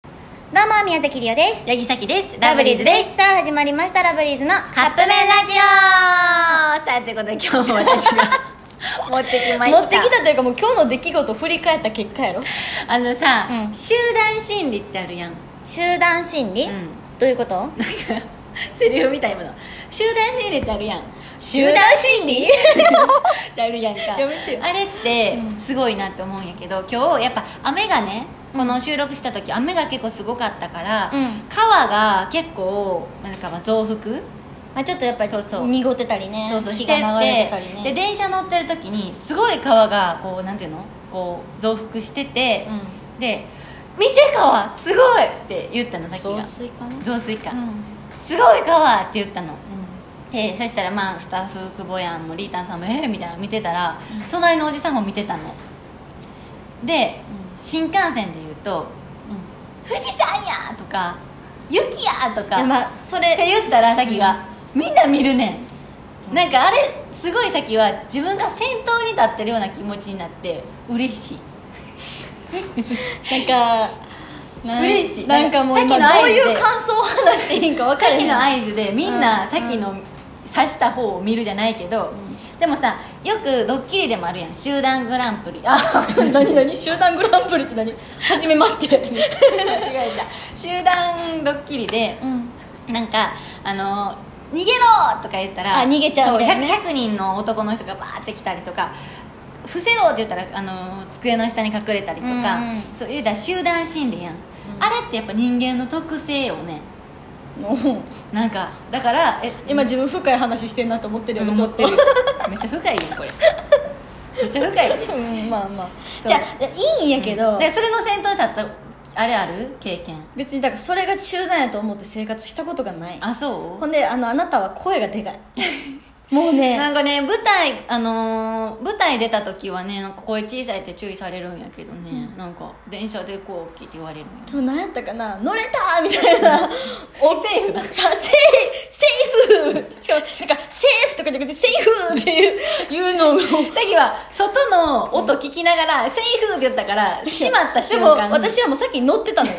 どうも宮崎りおです八木崎ですラブリーズですさあ始まりましたラブリーズのカップ麺ラジあーさあということで今日も私が持ってきまオした持ってきたというかもう今日の出来事を振り返った結果やろあのさ、うん集団心理ってあるやん集団心理、うんどういうことセリフみたいなもの集団心理ってあるやん集団心理ってあるやんか やめてよあれってすごいなって思うんやけど今日やっぱ雨がねこの収録した時雨が結構すごかったから、うん川が結構なんかまあ増幅、まあちょっとやっぱりそうそう濁ってたりねそうそうし火てがって流れてたりねで電車乗ってる時にすごい川がこうなんていうのこう増幅してて、で「見て川すごい!」って言ったのさっき増が水かな増水か、うんすごい川!」って言ったのでそしたらまあスタッフ久保やんもリータンさんも「えーみたいなの見てたら、隣のおじさんも見てたので、新幹線で言うと「富士山や!」とか「雪や!」といかやまあそれって言ったらさっきが、みんな見るねんなんかあれすごいさっきは自分が先頭に立ってるような気持ちになって嬉しいなんかな嬉しいなんかもうさっきの今どう合いう図で感想を話していいんか分かさっれへきんの合図でみんなうんさっきの刺した方を見るじゃないけど、でもさよくドッキリでもあるやん集団グラン プリあ何何集団グランプリって何初めまして 間違えた集団ドッキリでうんなんかあの逃げろとか言ったらあ逃げちゃうみたいなねそう 100, 100人の男の人がバーって来たりとか伏せろって言ったらあの机の下に隠れたりうとか、んうんそう言うたら集団心理やん、あれってやっぱ人間の特性よねなんかだからえ今自分深い話してんなと思ってるよねち思ょっってとるめっちゃ深いやんこれめっちゃ深いようんまあまあそうじゃあいいんやけど、でそれの先頭に立ったあれある経験別にだからそれが集団やと思って生活したことがないあそうほんであのあなたは声がでかいもうねなんかね舞台あのー舞台出た時はねなんか声小さいって注意されるんやけどね、なんか電車でこう聞いて言われるんやでも何やったかな乗れたみたいなおセーフださセーセーフしかもなんかセーフとかじゃなくてセーフっていういうのをさっきは外の音聞きながら「セーフ!」って言ったから閉まった瞬で間も私はもうさっき乗ってたのよ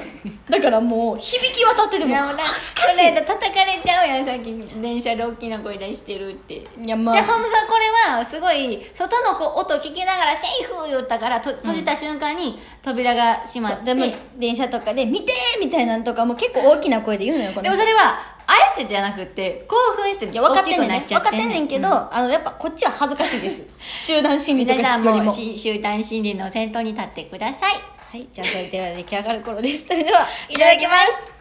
だからもう響き渡ってていもやもうだこの間叩かれちゃうやんさっき電車で大きな声出してるっていやまあじゃあホームさんこれはすごい外のこう音聞きながら「セーフ!」言ったからと閉じた瞬間に扉が閉まそっうて、でもで電車とかで「見て!」みたいなのとかも結構大きな声で言うのよこの人もそれはあえてじゃなくて興奮していや分かってんねん大きくなねっちゃ分かっってんねんけど、あのやっぱこっちは恥ずかしいです集団心理と皆かさんよりももし集団心理の先頭に立ってくださいはいじゃあそれでは出来上がる頃ですそれではいただきます